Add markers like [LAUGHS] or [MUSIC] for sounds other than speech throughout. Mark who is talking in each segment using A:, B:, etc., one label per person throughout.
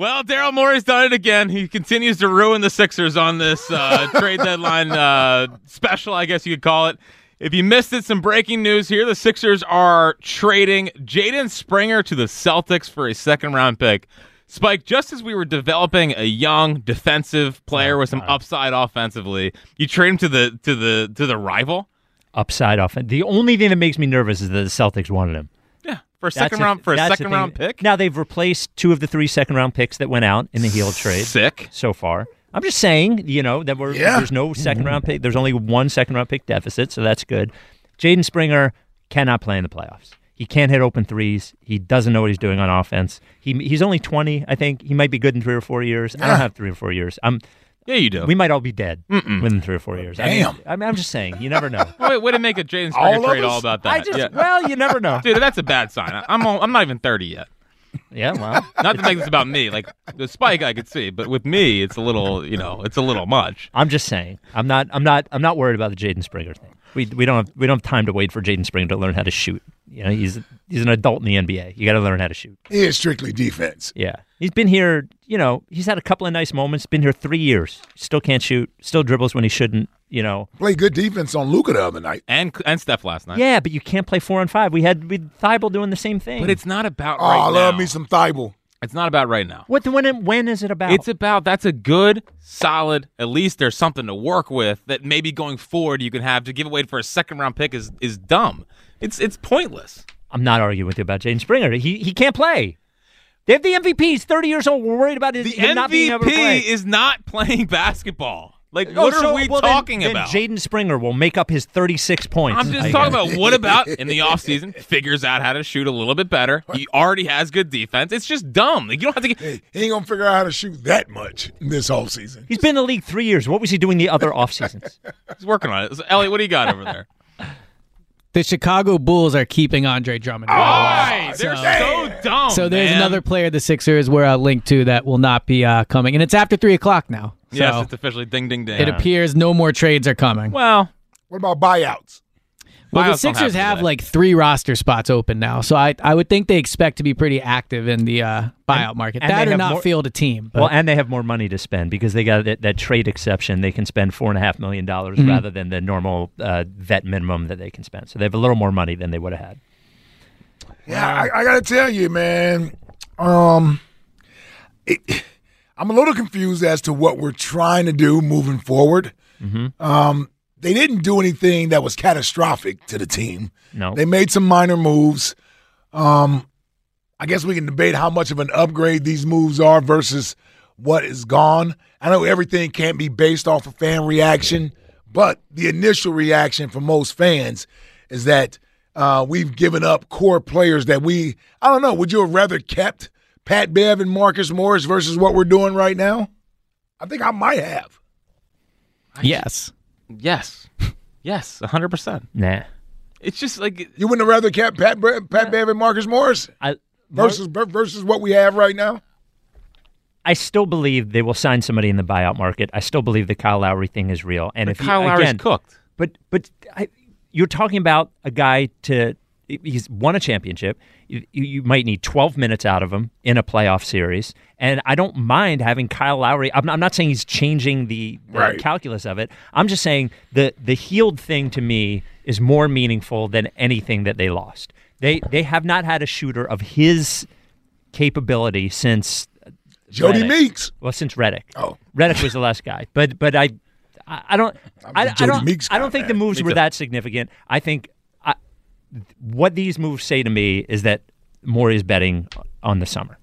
A: Well, Daryl Morey's done it again. He continues to ruin the Sixers on this uh, [LAUGHS] trade deadline uh, special, I guess you could call it. If you missed it, some breaking news here: the Sixers are trading Jaden Springer to the Celtics for a second round pick. Spike, just as we were developing a young defensive player with some upside offensively, you trade him to the to the to the rival.
B: upside off. The only thing that makes me nervous is that the Celtics wanted him.
A: Yeah, for a
B: That's
A: second
B: the-
A: round for a
B: that's the
A: second
B: thing.
A: round pick.
B: Now they've replaced two of the three second round picks that went out in the heel trade
A: Sick.
B: so far. I'm just saying, you know, that we're
C: Yeah.
B: there's no second round pick. There's only one second round pick deficit, so that's good. Jaden Springer cannot play in the playoffs. He can't hit open threes. He doesn't know what he's doing on offense. He he's only 20, I think. He might be good in 3 or 4 years. I don't have 3 or 4 years. I'm
A: Yeah, you do.
B: we might all be dead within 3 or 4 years. I
C: Damn.
B: mean, I mean, I'm just saying, you never know.
A: Wait, way to make a Jaden Springer
D: All of
A: trade
D: us?
A: all about that.
B: I just
A: yeah.
B: well, you never know.
A: Dude, that's a bad sign. I- I'm all, I'm not even 30 yet.
B: Yeah, well.
A: Not to make this about me. Like the spike, I could see, but with me, it's a little, you know, it's a little much.
B: I'm just saying. I'm not. I'm not. I'm not worried about the Jaden Springer thing. We, we don't have we don't have time to wait for Jaden Springer to learn how to shoot. You know, he's he's an adult in the NBA. You got to learn how to shoot.
D: It is strictly defense.
B: Yeah, he's been here. You know, he's had a couple of nice moments. Been here three years. Still can't shoot. Still dribbles when he shouldn't. You know.
D: Play good defense on Luca the other night.
A: And and Steph last night.
B: Yeah, but you can't play four on five. We had we had Thibault doing the same thing.
A: But it's not about
D: Oh,
A: right
D: I love
A: now.
D: me some Thibault.
A: It's not about right now.
B: what the when when is it about?
A: It's about that's a good, solid. At least there's something to work with that maybe going forward you can have to give away for a second round pick is is dumb. It's it's pointless.
B: I'm not arguing with you about Jaden Springer. He he can't play. They have the MVP. He's 30 years old. We're worried about his
A: The
B: him not being able to play.
A: MVP is not [LAUGHS] playing basketball. Like what
B: Oh,
A: are
B: so-
A: we
B: well, then-
A: talking
B: then
A: about?
B: Jaden Springer will make up his 36 points.
A: I'm
B: [LAUGHS]
A: just
B: I
A: talking
B: guess.
A: about what about in the offseason figures out how to shoot a little bit better. He already has good defense. It's just dumb. Like, you don't have to get
D: Hey, [LAUGHS] he ain't gonna figure out how to shoot that much this whole season.
B: He's been in the league three years. What was he doing the other off
A: [LAUGHS]
B: seasons?
A: He's working on it. So, Elliot, what do you got over there?
E: The Chicago Bulls are keeping Andre Drummond.
A: Why? They're
E: Oh, So-
A: so
B: Oh,
A: dumb.
E: so there's
A: man.
E: another player the Sixers were uh, linked to that will not be uh, coming, and it's after three o'clock now. So
A: Yes, it's officially ding ding ding.
E: it appears no more trades are coming.
A: well,
D: What about buyouts?
E: Well, the
A: Buyouts don't
E: Sixers
A: happen
E: have
A: today.
E: like three roster spots open now, so I, I would think they expect to be pretty active in the uh, buyout market.
B: and
E: that
B: they
E: or
B: have
E: not
B: more-
E: field a team. But
B: well, and they have more money to spend because they got that, that trade exception. They can spend four and a half million dollars
A: Mm-hmm.
B: rather than the normal uh, vet minimum that they can spend. So they have a little more money than they would have had.
D: Yeah, I, I gotta tell you, man. Um, it, [SIGHS] I'm a little confused as to what we're trying to do moving forward. Um, they didn't do anything that was catastrophic to the team.
B: No,
D: They made some minor moves. Um, I guess we can debate how much of an upgrade these moves are versus what is gone. I know everything can't be based off of fan reaction, but the initial reaction from most fans is that uh, we've given up core players that we, I don't know, would you have rather kept Pat Bev and Marcus Morris versus what we're doing right now? I think I might have.
E: yes,
A: yes. Yes, 100%.
B: nah.
A: It's just like
D: You wouldn't have rather kept Pat, Bre- Pat Bev and Marcus Morris
B: I
D: versus, versus what we have right now?
B: I still believe they will sign somebody in the buyout market. I still believe the Kyle Lowry thing is real. And if
A: Kyle
B: you,
A: Lowry's
B: again,
A: cooked.
B: But but I, you're talking about a guy to he's won a championship. You, you might need 12 minutes out of him in a playoff series, and I don't mind having Kyle Lowry. I'm, I'm not saying he's changing the, the
D: Right.
B: calculus of it. I'm just saying the the healed thing to me is more meaningful than anything that they lost. They they have not had a shooter of his capability since
D: Jody
B: Reddick.
D: Meeks.
B: well, since Reddick.
D: Oh.
B: Reddick was the last guy, but but I, I I don't, I,
D: the
B: I
D: Jody
B: don't,
D: Meeks
B: I
D: guy,
B: don't think the
D: man.
B: moves
A: Me
B: were
A: too.
B: that significant. I think I, what these moves say to me is that Morey is betting on the summer.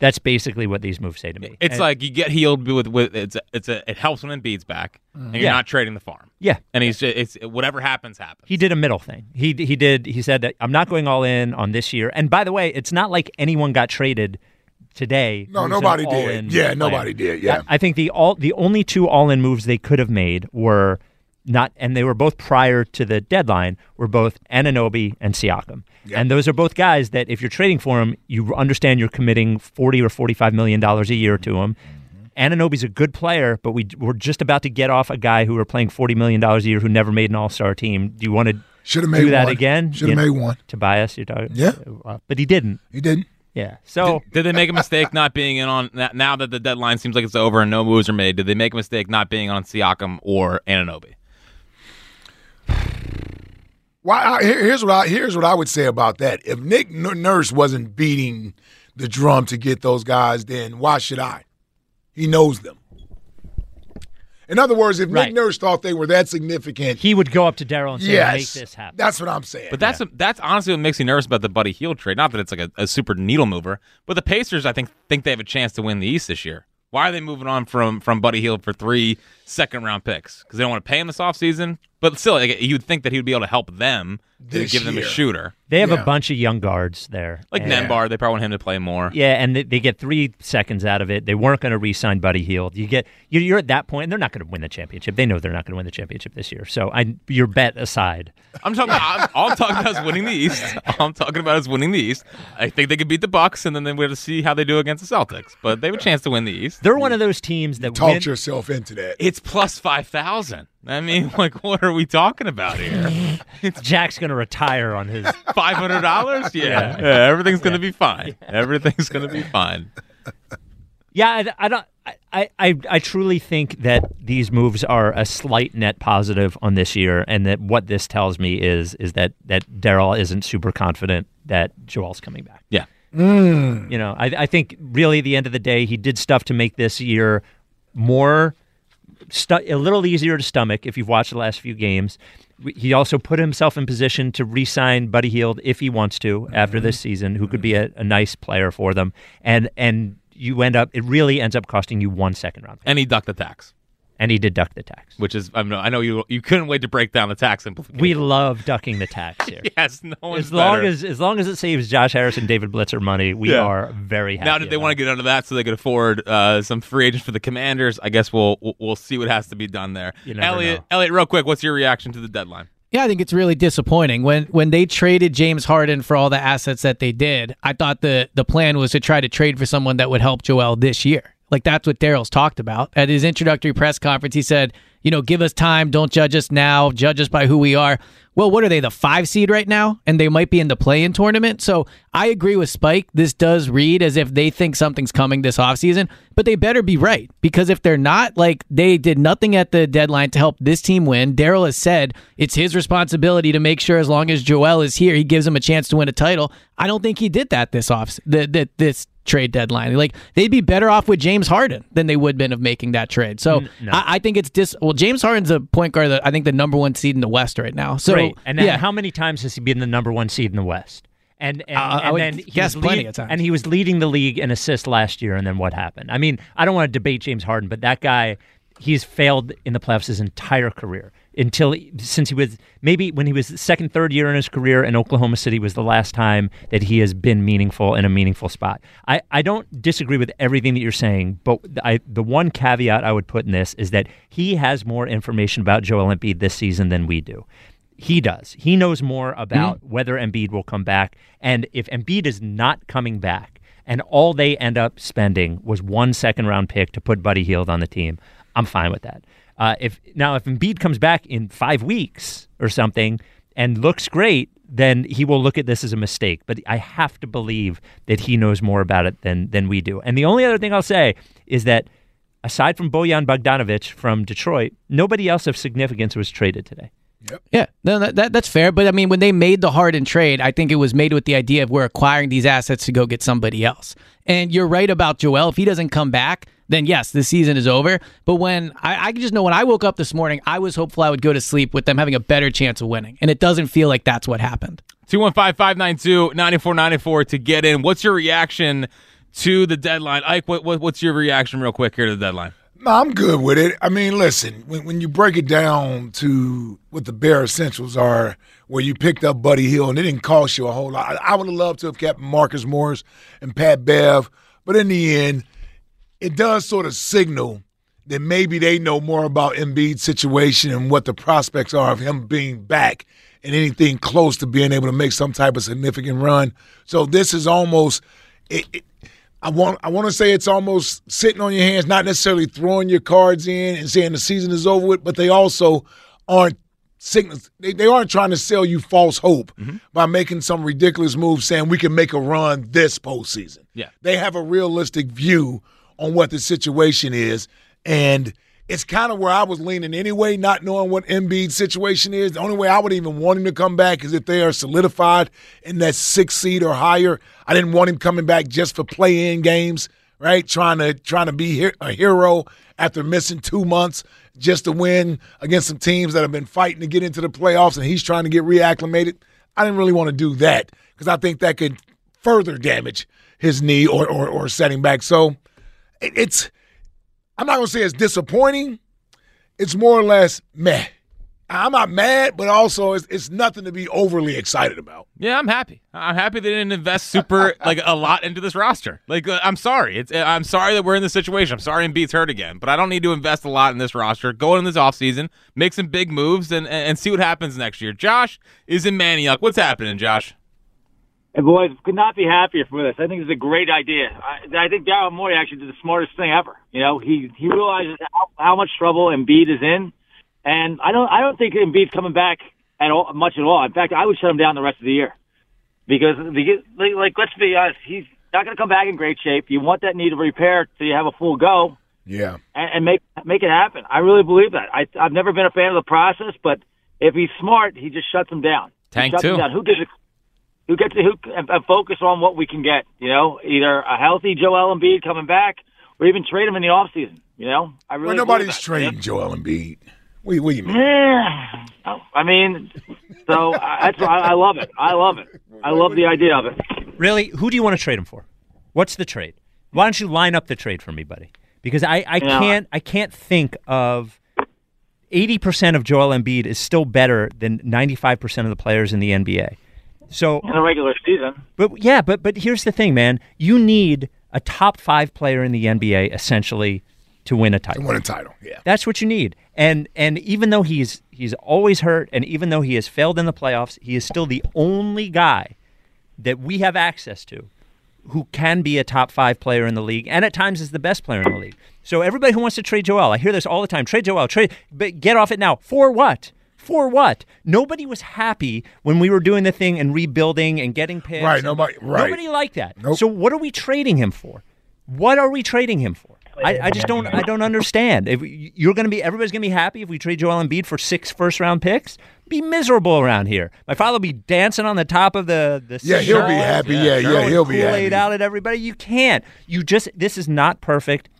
B: That's basically what these moves say to me.
A: It's
B: And-
A: like you get healed with with it's a, it's a it helps when Embiid's back, and you're
B: Yeah.
A: not trading the farm.
B: yeah,
A: And he's just, it's whatever happens happens.
B: he did a middle thing. He he did. He said that I'm not going all in on this year. And by the way, it's not like anyone got traded today.
D: No,
B: moves an
D: nobody
B: all-in
D: did. Yeah,
B: player.
D: nobody did. Yeah.
B: I, I think the all the only two all-in moves they could have made were not, and they were both prior to the deadline. Were both Ananobi and Siakam, and those are both guys that if you're trading for them, you understand you're committing forty or forty-five million dollars a year to them.
D: Mm-hmm.
B: Ananobi's a good player, but we we're just about to get off a guy who are playing forty million dollars a year who never made an All-Star team. Do you want to
D: Should have made
B: do that
D: one.
B: again?
D: Should have
B: You-
D: made one.
B: Tobias, you're talking.
D: Yeah.
B: Uh, but he didn't.
D: He didn't.
B: Yeah. So
A: Did they make a mistake not being in on that now that the deadline seems like it's over and no moves are made? Did they make a mistake not being on Siakam or Ananobi?
D: Why? I, here- here's what I here's what I would say about that. If Nick N- Nurse wasn't beating the drum to get those guys, then why should I? He knows them. In other words, if
B: Right.
D: Nick Nurse thought they were that significant,
B: he would go up to Daryl and say,
D: yes,
B: "Make this happen."
D: that's what I'm saying.
A: But that's that's honestly what makes me nervous about the Buddy Heel trade. Not that it's like a, a super needle mover, but the Pacers I think think they have a chance to win the East this year. Why are they moving on from from Buddy Heel for three second round picks? Because they don't want to pay him this offseason. But still, like, you'd think that he would be able to help them to
D: This
A: give them a
D: year.
A: shooter.
B: they have
D: yeah.
B: a bunch of young guards there,
A: Like
B: and,
A: Nembar, they probably want him to play more.
B: Yeah, and they, they get three seconds out of it. They weren't going to re-sign Buddy Hield. You get you're, you're at that point, and they're not going to win the championship. They know they're not going to win the championship this year. So, I your bet aside,
A: I'm talking. I'm, all I'm talking about is winning the East. All I'm talking about is winning the East. I think they could beat the Bucks, and then we have to see how they do against the Celtics. But they have a chance to win the East.
B: they're one of those teams that
D: Talk
B: win,
D: yourself into that.
A: It's plus five thousand. I mean, [LAUGHS] like, what are we talking about here?
B: [LAUGHS] Jack's going to retire on his.
A: Five hundred dollars?
B: [LAUGHS]
A: [LAUGHS] Yeah. yeah, everything's gonna be fine. Everything's gonna be fine.
B: yeah, I, I don't. I- I, I I truly think that these moves are a slight net positive on this year, and that what this tells me is is that that Daryl isn't super confident that Joel's coming back.
A: Yeah. Hmm.
B: You know, I, I think really at the end of the day, he did stuff to make this year more, stu- a little easier to stomach if you've watched the last few games. W- He also put himself in position to re sign Buddy Heald if he wants to after this
A: Mm-hmm.
B: season, who could be a, a nice player for them. And, and, you end up. It really ends up costing you one second round pick,
A: And he ducked the tax,
B: and he did duck the tax.
A: which is I know I know you you couldn't wait to break down the tax implications.
B: We love ducking the tax here.
A: yes, no one's
B: as long
A: better.
B: as as long as it saves Josh Harris and David Blitzer money, we
A: Yeah.
B: are very happy.
A: now did they want to get under that so they could afford uh, some free agents for the Commanders? I guess we'll we'll- we'll see what has to be done there.
B: You never
A: Elliot,
B: know.
A: Elliot, real quick, what's your reaction to the deadline?
E: Yeah, I think it's really disappointing when when they traded James Harden for all the assets that they did. I thought the the plan was to try to trade for someone that would help Joel this year. Like that's what Daryl's talked about at his introductory press conference. He said, "You know, give us time. Don't judge us now. Judge us by who we are." Well, what are they, the five seed right now, and they might be in the play-in tournament. So I agree with Spike. This does read as if they think something's coming this offseason, but they better be right because if they're not, like they did nothing at the deadline to help this team win. Daryl has said it's his responsibility to make sure as long as Joel is here, he gives him a chance to win a title. I don't think he did that this off the, the, this trade deadline. Like they'd be better off with James Harden than they would have been of making that trade. So I, I think it's dis. Well, James Harden's a point guard that I think the number one seed in the West right now. So
B: Great. And then
E: yeah.
B: how many times has he been the number one seed in the West? And and,
E: Uh, I
B: and
E: would
B: then he
E: guess
B: was
E: plenty of times.
B: And he was leading the league in assists last year. And then what happened? I mean, I don't want to debate James Harden, but that guy, he's failed in the playoffs his entire career until he- since he was maybe when he was the second, third year in his career in Oklahoma City was the last time that he has been meaningful in a meaningful spot. I, I don't disagree with everything that you're saying, but I the one caveat I would put in this is that he has more information about Joel Embiid this season than we do. He does. He knows more about whether Embiid will come back. And if Embiid is not coming back, and all they end up spending was one second round pick to put Buddy Heald on the team, I'm fine with that. Uh, if now if Embiid comes back in five weeks or something and looks great, then he will look at this as a mistake. But I have to believe that he knows more about it than than we do. And the only other thing I'll say is that aside from Bojan Bogdanovic from Detroit, nobody else of significance was traded today.
E: Yeah, no, that, that that's fair. But I mean, when they made the Harden trade, I think it was made with the idea of we're acquiring these assets to go get somebody else. And you're right about Joel. If he doesn't come back, then yes, the season is over. But when I, I just know when I woke up this morning, I was hopeful I would go to sleep with them having a better chance of winning, and it doesn't feel like that's what happened.
A: 215-592-9494 to get in. What's your reaction to the deadline? Ike, what, what, what's your reaction real quick here to the deadline?
D: No, I'm good with it. I mean, listen, when, when you break it down to what the bare essentials are, where you picked up Buddy Hill and it didn't cost you a whole lot. I, I would have loved to have kept Marcus Morris and Pat Bev, But in the end, it does sort of signal that maybe they know more about Embiid's situation and what the prospects are of him being back and anything close to being able to make some type of significant run. So this is almost it, it- I want I want to say it's almost sitting on your hands, not necessarily throwing your cards in and saying the season is over with, but they also aren't signals they, they aren't trying to sell you false hope by making some ridiculous move saying we can make a run this postseason.
A: Yeah.
D: They have a realistic view on what the situation is and it's kind of where I was leaning anyway, not knowing what Embiid's situation is. The only way I would even want him to come back is if they are solidified in that six seed or higher. I didn't want him coming back just for play in games, right? Trying to trying to be he- a hero after missing two months just to win against some teams that have been fighting to get into the playoffs, and he's trying to get reacclimated. I didn't really want to do that because I think that could further damage his knee or or, or setting back. So it, it's. I'm not gonna say it's disappointing. It's more or less meh. I'm not mad, but also it's, it's nothing to be overly excited about.
A: Yeah, I'm happy. I'm happy they didn't invest super like a lot into this roster. Like uh, I'm sorry. It's uh, I'm sorry that we're in this situation. I'm sorry Embiid's hurt again, but I don't need to invest a lot in this roster. Go in this offseason, make some big moves and and and see what happens next year. Josh is in Maniac. What's happening, Josh?
F: And boys, could not be happier for this. I think it's a great idea. I, I think Daryl Morey actually did the smartest thing ever. You know, he he realizes how, how much trouble Embiid is in, and I don't I don't think Embiid's coming back at all much at all. In fact, I would shut him down the rest of the year because because like, like let's be honest, he's not going to come back in great shape. You want that knee to repair so you have a full go
D: Yeah.
F: and, and make make it happen. I really believe that. I, I've never been a fan of the process, but if he's smart, he just shuts him down. He
A: Tank
F: shuts
A: too.
F: Him down. Who gets it? Who gets it? Who and, and focus on what we can get? You know, either a healthy Joel Embiid coming back, or even trade him in the off season. You know, I really
D: Well,
F: believe
D: nobody's
F: that.
D: trading Joel Embiid. What, what do you mean?
F: Yeah. Oh, I mean, so I, that's why I, I love it. I love it. I love the idea of it.
B: Really? Who do you want to trade him for? What's the trade? Why don't you line up the trade for me, buddy? Because I, I
F: Yeah.
B: can't I can't think of eighty percent of Joel Embiid is still better than ninety five percent of the players in the NBA. So
F: In the regular season,
B: But yeah, but but here's the thing, man. You need a top five player in the NBA essentially to win a
D: They
B: title.
D: won a title. Yeah.
B: That's what you need. And and even though he's he's always hurt, and even though he has failed in the playoffs, he is still the only guy that we have access to who can be a top five player in the league, and at times is the best player in the league. So everybody who wants to trade Joel, I hear this all the time: trade Joel, trade, but get off it now. For what? For what? Nobody was happy when we were doing the thing and rebuilding and getting picks.
D: Right,
B: and-
D: nobody- right.
B: Nobody liked that.
D: Nope.
B: So what are we trading him for? What are we trading him for? I, I just don't. I don't understand. If we- you're going to be, everybody's going to be happy if we trade Joel Embiid for six first round picks. Be miserable around here. My father will be dancing on the top of the the.
D: Yeah, he'll be
B: seashore,
D: happy. Yeah, yeah,
B: throwing
D: he'll be
B: Kool-Aid
D: happy.
B: out at everybody. You can't. You just. This is not perfect.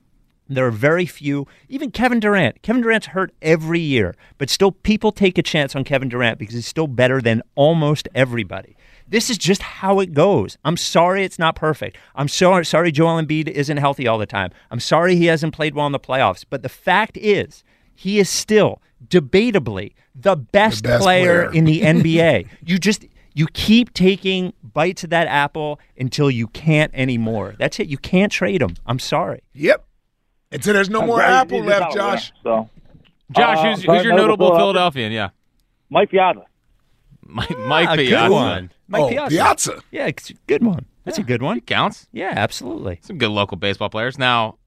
B: There are very few. Even Kevin Durant. Kevin Durant's hurt every year, but still people take a chance on Kevin Durant because he's still better than almost everybody. This is just how it goes. I'm sorry it's not perfect. I'm so sorry Joel Embiid isn't healthy all the time. I'm sorry he hasn't played well in the playoffs. But the fact is, he is still debatably the best,
D: best
B: player,
D: player.
B: in the
D: [LAUGHS]
B: NBA. you just you keep taking bites of that apple until you can't anymore. That's it. You can't trade him. I'm sorry.
D: Yep. Until there's no more
F: Right,
D: Apple
F: he's
D: left,
F: out,
D: Josh.
F: Oh, yeah, So
A: Josh,
F: Uh,
A: who's, who's your notable Philadelphian? Yeah,
F: Mike Piazza.
A: Mike Mike
B: Ah,
A: Piazza.
B: Mike
D: oh,
B: Piazza.
D: Piazza.
B: Yeah, it's a good one. That's a good one.
A: Counts.
B: Yeah, absolutely.
A: some good local baseball players. Now,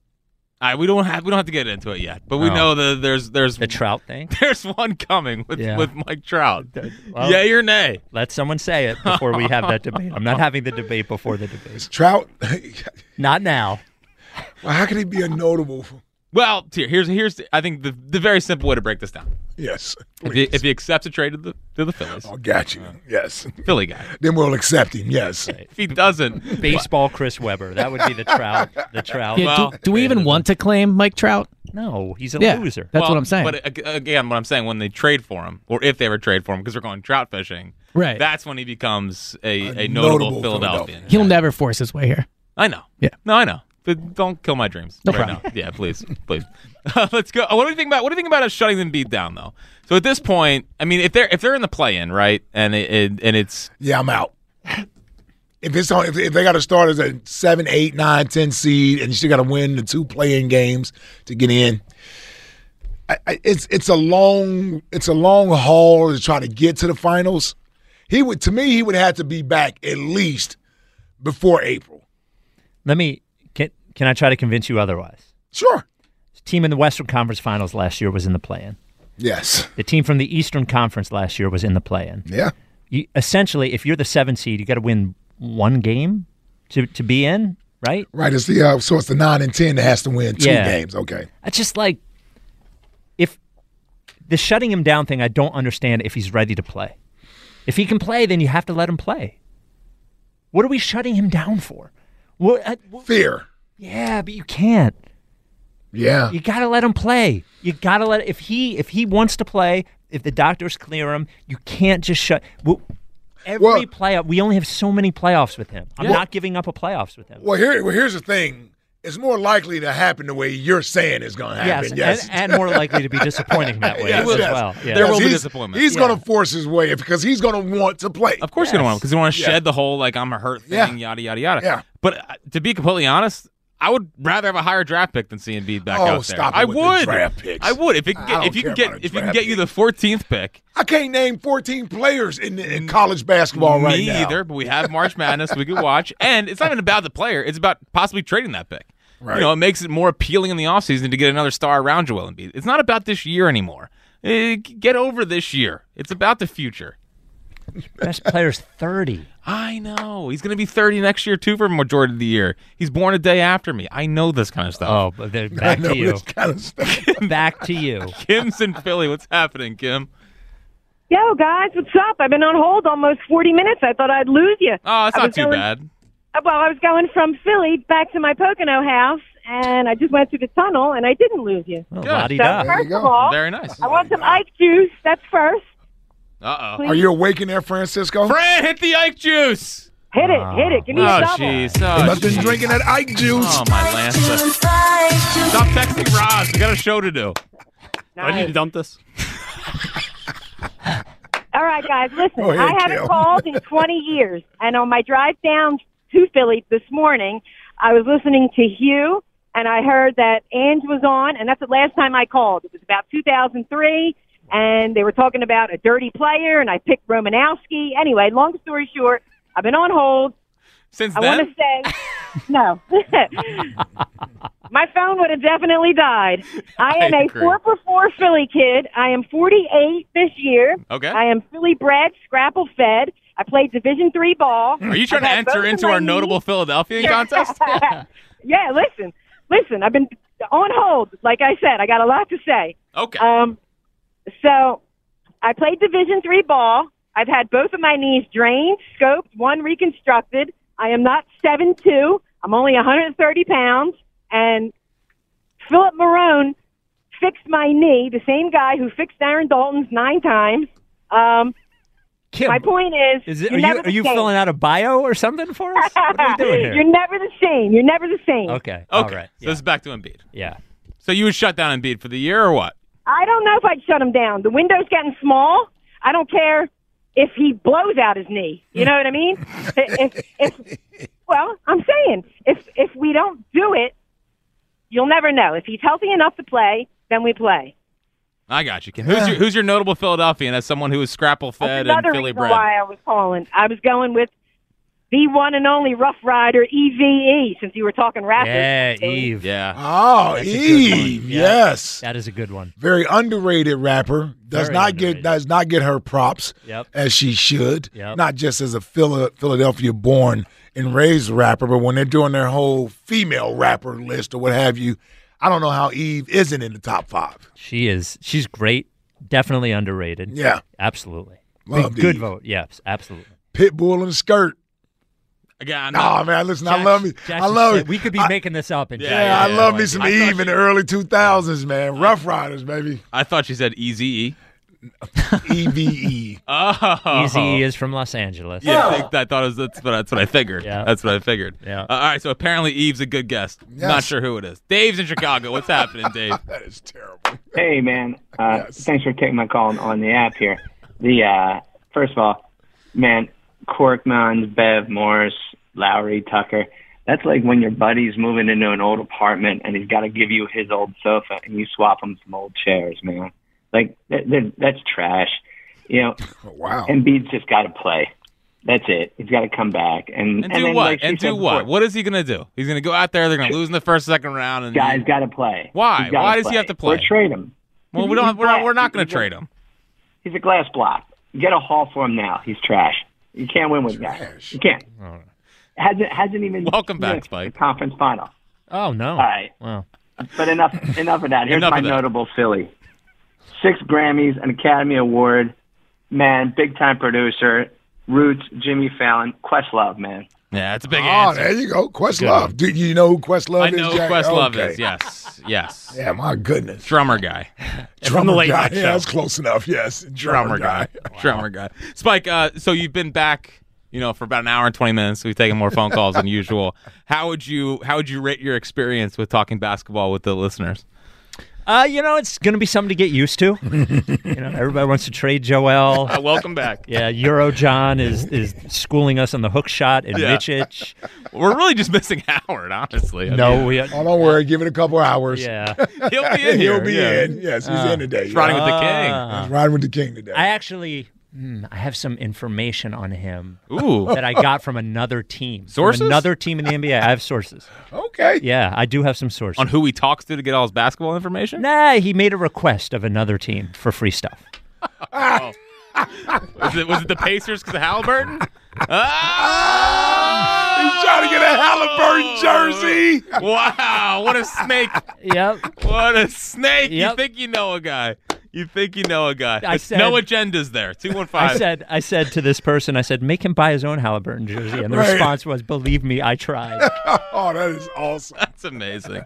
A: I we don't have we don't have to get into it yet, but we
B: Oh.
A: know that there's there's
B: The Trout thing.
A: [LAUGHS] there's one coming with
B: Yeah.
A: with Mike Trout.
B: [LAUGHS] well-
A: Yay or nay?
B: Let someone say it before we have that debate. I'm
D: [LAUGHS]
B: not having the debate before the debate.
D: Trout. [LAUGHS] well,
B: Not now.
D: how can he be a notable?
A: Well, here, here's here's I think the the very simple way to break this down.
D: Yes.
A: If he, if he accepts a trade to the to the Phillies, Uh,
D: I got you. Yes.
A: Philly guy.
D: Then we'll accept him. Yes.
A: If he doesn't,
B: Baseball Chris Webber. That would be the Trout. The Trout.
E: Yeah,
A: Well,
E: do, do we even want to claim Mike Trout?
B: No, he's a
E: Yeah,
B: loser.
E: that's
A: well,
E: what I'm saying.
A: But ag- again, what I'm saying when they trade for him, or if they ever trade for him, because they're going trout fishing,
E: Right.
A: That's when he becomes a, a,
D: A
A: notable,
D: notable
A: Philadelphian.
E: He'll never force his way here.
A: I know.
E: Yeah.
A: No, I know. But don't kill my dreams.
E: No
A: right
E: problem.
A: Now. Yeah, please, please. [LAUGHS] let's go. What do you think about? What do you think about us shutting them beat down though? So at this point, I mean, if they're if they're in the play in, right, and it, it- and it's
D: Yeah, I'm out. if it's on, if, if they got to start as a seven, eight, nine, ten seed, and you still got to win the two playing games to get in, I, I, it's it's a long it's a long haul to try to get to the finals. He would to me he would have to be back at least before April.
B: Let me can, can I try to convince you otherwise?
D: Sure.
B: The team in the Western Conference Finals last year was in the play-in.
D: Yes.
B: The team from the Eastern Conference last year was in the play-in.
D: Yeah.
B: You, essentially, if you're the seven seed, you got to win one game to to be in, right?
D: Right. It's the uh, so it's the nine and ten that has to win two
B: Yeah.
D: games. Okay.
B: It's just like if the shutting him down thing, I don't understand if he's ready to play. If he can play, then you have to let him play. What are we shutting him down for? What? I,
D: Fear.
B: yeah, but you can't.
D: Yeah.
B: You gotta let him play. You gotta let if he if he wants to play. If the doctors clear him, you can't just shut. Well, every
D: Well-
B: playoff, we only have so many playoffs with him. I'm
E: Yeah.
B: not giving up a playoffs with him.
D: Well, here well, here's the thing. It's more likely to happen the way you're saying it's going to
B: yes,
D: happen. Yes.
B: And, and more likely to be
A: [LAUGHS]
B: disappointing that way
D: [LAUGHS] Yes,
B: as
D: yes.
B: well. Yeah.
A: There will be
D: he's-
A: disappointment.
D: He's
B: Yeah.
D: going to force his way because he's going to want to play.
A: Of course, you don't want because you want to
D: Yeah.
A: shed the whole like I'm a hurt
D: Yeah.
A: thing, yada yada yada.
D: Yeah.
A: But uh, to be completely honest, I would rather have a higher draft pick than seeing Embiid back
D: Oh,
A: out there.
D: stop it
A: I
D: with the
A: would.
D: draft picks.
A: I would if it can
D: I
A: get,
D: don't
A: if you can
D: care about
A: get
D: a
A: if you can
D: draft
A: get you
D: pick.
A: the 14th pick.
D: I can't name 14 players in, in college basketball Oh, right
A: me
D: now.
A: either, but we have March Madness we
D: [LAUGHS]
A: could watch. And it's not even about the player, it's about possibly trading that pick.
D: Right.
A: You know, it makes it more appealing in the offseason to get another star around Joel Embiid. It's not about this year anymore. Eh, Get over this year. It's about the future.
B: Best player's thirty.
A: I know. He's going to be 30 next year, too, for majority of the year. He's born a day after me. I know this kind of stuff.
B: Oh, but they're
D: I
B: back
D: know
B: to you.
D: this kind of stuff.
B: [LAUGHS] Back to you.
A: [LAUGHS] Kim's in Philly. What's happening, Kim?
G: Yo, guys, what's up? I've been on hold almost 40 minutes. I thought I'd lose you.
A: Oh, it's
G: I
A: not
G: was
A: too
G: going-
A: bad.
G: Uh, Well, I was going from Philly back to my Pocono house, and I just went through the tunnel, and I didn't lose you.
B: Well,
A: Good.
G: So,
B: la-di-da.
G: first of
D: go.
G: all,
A: Very nice.
G: I want some Ike juice. That's first.
A: Uh oh.
D: Are you awake in there, Francisco?
A: Fran, hit the Ike juice.
G: Hit it, hit it. Give me
A: Oh,
G: a double.
A: jeez.
D: You
A: Oh,
D: must been
A: jeez.
D: drinking that Ike juice.
A: Oh, my Lanza. Stop texting Roz. We got a show to do.
H: I need to dump this.
G: All right, guys, listen.
D: Go ahead,
G: I haven't
D: Kim.
G: called in 20 years, and on my drive down to Philly this morning, I was listening to Hugh, and I heard that Ange was on, and that's the last time I called. It was about 2003, and they were talking about a dirty player, and I picked Romanowski. Anyway, long story short, I've been on hold.
A: Since
G: I
A: then,
G: want to say
A: [LAUGHS]
G: no. My phone would have definitely died. I am
A: I
G: a
A: agree.
G: four for four Philly kid. I am 48 this year.
A: Okay.
G: I am Philly bred, scrapple fed. I played Division three
A: [LAUGHS]
G: ball.
A: Are you trying to
G: I've had
A: enter
G: both of
A: into
G: my
A: our notable
G: knees.
A: Philadelphian contest?
G: [LAUGHS] yeah, listen, listen. I've been on hold. Like I said, I got a lot to say.
A: Okay.
G: Um, so I played Division three ball. I've had both of my knees drained, scoped, one reconstructed. I am not seven two. I'm only 130 pounds, and Philip Marone fixed my knee. The same guy who fixed Aaron Dalton's nine times. Um,
B: Kim,
G: my point is,
B: is it,
G: you're
B: are you
G: never the
B: are you
G: same.
B: filling out a bio or something for us? What
G: [LAUGHS]
B: are we doing
G: You're
B: here?
G: never the same. You're never the same.
B: Okay. All
A: okay.
B: right.
A: So this is back to Embiid.
B: Yeah.
A: So you would shut down Embiid for the year or what?
G: I don't know if I'd shut him down. The window's getting small. I don't care if he blows out his knee. You know what
B: [LAUGHS]
G: I mean? if, if, well, I'm saying if if we don't do it, you'll never know. If he's healthy enough to play, then we play.
A: I got you, Kim. Who's your, who's your notable Philadelphian as someone who is scrapple
G: That's
A: fed and
G: another
A: Philly
G: reason
A: bred?
G: why I was calling. I was going with the one and only Rough Rider EVE since you were talking rappers.
B: Yeah,
G: So-
B: Eve.
A: Yeah.
D: Oh,
B: a good one.
D: Eve.
B: Yeah.
D: Yes.
B: That is a good one.
D: Very underrated rapper. Does
B: Very
D: not
B: underrated.
D: get does not get her props
B: Yep.
D: as she should.
B: Yep.
D: Not just as a Phila- Philadelphia born and raised rapper, but when they're doing their whole female rapper list or what have you, I don't know how Eve isn't in the top five.
B: She is. She's great. Definitely underrated.
D: Yeah.
B: Absolutely.
D: Love
B: Big- good
D: Eve.
B: vote. Yes. Absolutely.
D: Pitbull and skirt.
A: Again, I'm not-
D: Oh man, listen, I
B: Jack-
D: love me. I
B: Jackson
D: love
B: said
D: it.
B: We could be making this up. And
A: Yeah,
D: Yeah, I
A: yeah,
D: love
A: I
D: me
A: like
D: some
A: it. I thought
D: Eve in the early 2000s, man. Rough Riders, baby.
A: I thought you said Easy.
D: EVE.
A: [LAUGHS] Oh,
B: Easy E is from Los Angeles.
A: Yeah, I, think, I thought it was, that's, what, that's what I figured.
B: Yeah.
A: That's what I figured.
B: Yeah.
A: Uh, all right, so apparently Eve's a good guest. Not sure who it is. Dave's in Chicago.
D: [LAUGHS]
A: What's happening, Dave?
D: that is terrible.
I: Hey, man. Uh, Thanks for taking my call on, on the app here. The uh, First of all, man, Corkmans, Bev, Morris, Lowry, Tucker. That's like when your buddy's moving into an old apartment and he's got to give you his old sofa and you swap him some old chairs, man. Like that, that, that's trash. You know,
D: Wow.
I: Embiid's just got to play. That's it. He's got to come back
A: And,
I: and and
A: do
I: then,
A: what?
I: Like she
A: and do
I: said
A: what?
I: before,
A: What is he gonna do? He's gonna go out there. They're gonna lose in the first, second round. And
I: Guy's got to play.
A: Why?
I: He's gotta
A: Why does he have to play?
I: Or trade him.
A: well, we don't. We're not, we're not gonna trade him.
I: He's a glass block. Get a haul for him now. He's trash. You can't win with guys.
D: Trash.
I: You can't. Hasn't hasn't even
A: Welcome back,
I: finished
A: Spike.
I: the conference final.
B: Oh no!
I: right.
B: Wow.
I: But enough enough
A: [LAUGHS]
I: of that. Here's
A: Enough
I: my
A: of that.
I: notable Philly. Six Grammys, an Academy Award, man, big time producer, Roots, Jimmy Fallon, Questlove, man.
A: Yeah, it's a big
D: Oh,
A: answer.
D: there you go. Questlove. Do you know who Questlove
A: I
D: is?
A: know
D: Jack?
A: Questlove
D: Okay.
A: is. Yes, yes.
D: Yeah, my goodness. [LAUGHS]
A: Drummer guy.
D: Drummer
H: the late
D: guy.
H: night
D: yeah,
H: show.
D: that's close enough. Yes,
A: drummer guy. [LAUGHS] Drummer guy. Spike, uh, so you've been back, you know, for about an hour and twenty minutes. We've taken more phone calls
D: [LAUGHS]
A: than usual. How would you how would you rate your experience with talking basketball with the listeners?
B: Uh, you know, it's gonna be something to get used
D: [LAUGHS]
B: to. you know, everybody wants to trade Joel.
A: welcome back.
B: Yeah, Euro John is is schooling us on the hook shot and
A: Yeah.
B: Michich.
A: We're really just [LAUGHS] missing Howard, honestly. I
B: No,
A: mean, [LAUGHS]
B: we
D: Oh, don't worry. Give it a couple hours.
B: yeah.
A: he'll
D: [LAUGHS]
A: be in
D: He'll
A: here.
D: be
A: yeah. Uh,
D: in. Yes, he's in today. Uh,
A: He's riding with the king.
B: Ah.
D: He's riding with the king today.
B: I actually hmm, I have some information on him
A: Ooh.
B: that I got from another team. From
A: Sources?
B: another team in the NBA. I have sources.
D: okay.
B: Yeah, I do have some sources.
A: On who he talks to to get all his basketball information?
B: nah, he made a request of another team for free stuff.
A: Oh. Was it was it the Pacers because
D: [LAUGHS]
A: of Halliburton? Ah!
D: He's trying to get a Halliburton jersey.
A: Oh. Wow, what a snake.
B: Yep.
A: What a snake! You
B: Yep.
A: think you know a guy? You think you know a guy?
B: I
A: It's no
B: said-
A: agendas there. Two one
B: I
A: five.
B: said I said to this person, I said, make him buy his own Halliburton jersey. And the
D: Right.
B: response was, believe me, I
A: [LAUGHS]
B: tried.
D: [LAUGHS] Oh, that is awesome.
A: That's amazing.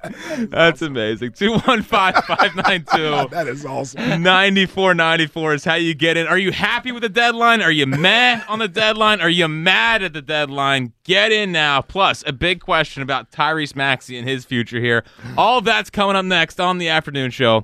A: That's amazing. Two one five five nine two.
D: [LAUGHS] That is
A: [LAUGHS]
D: awesome.
A: 9494 is how you get in. Are you happy with the deadline? Are you mad on the deadline? Are you mad at the deadline? Get in now. Plus, a big question about Tyrese Maxey and his future here. All that's coming up next on the afternoon show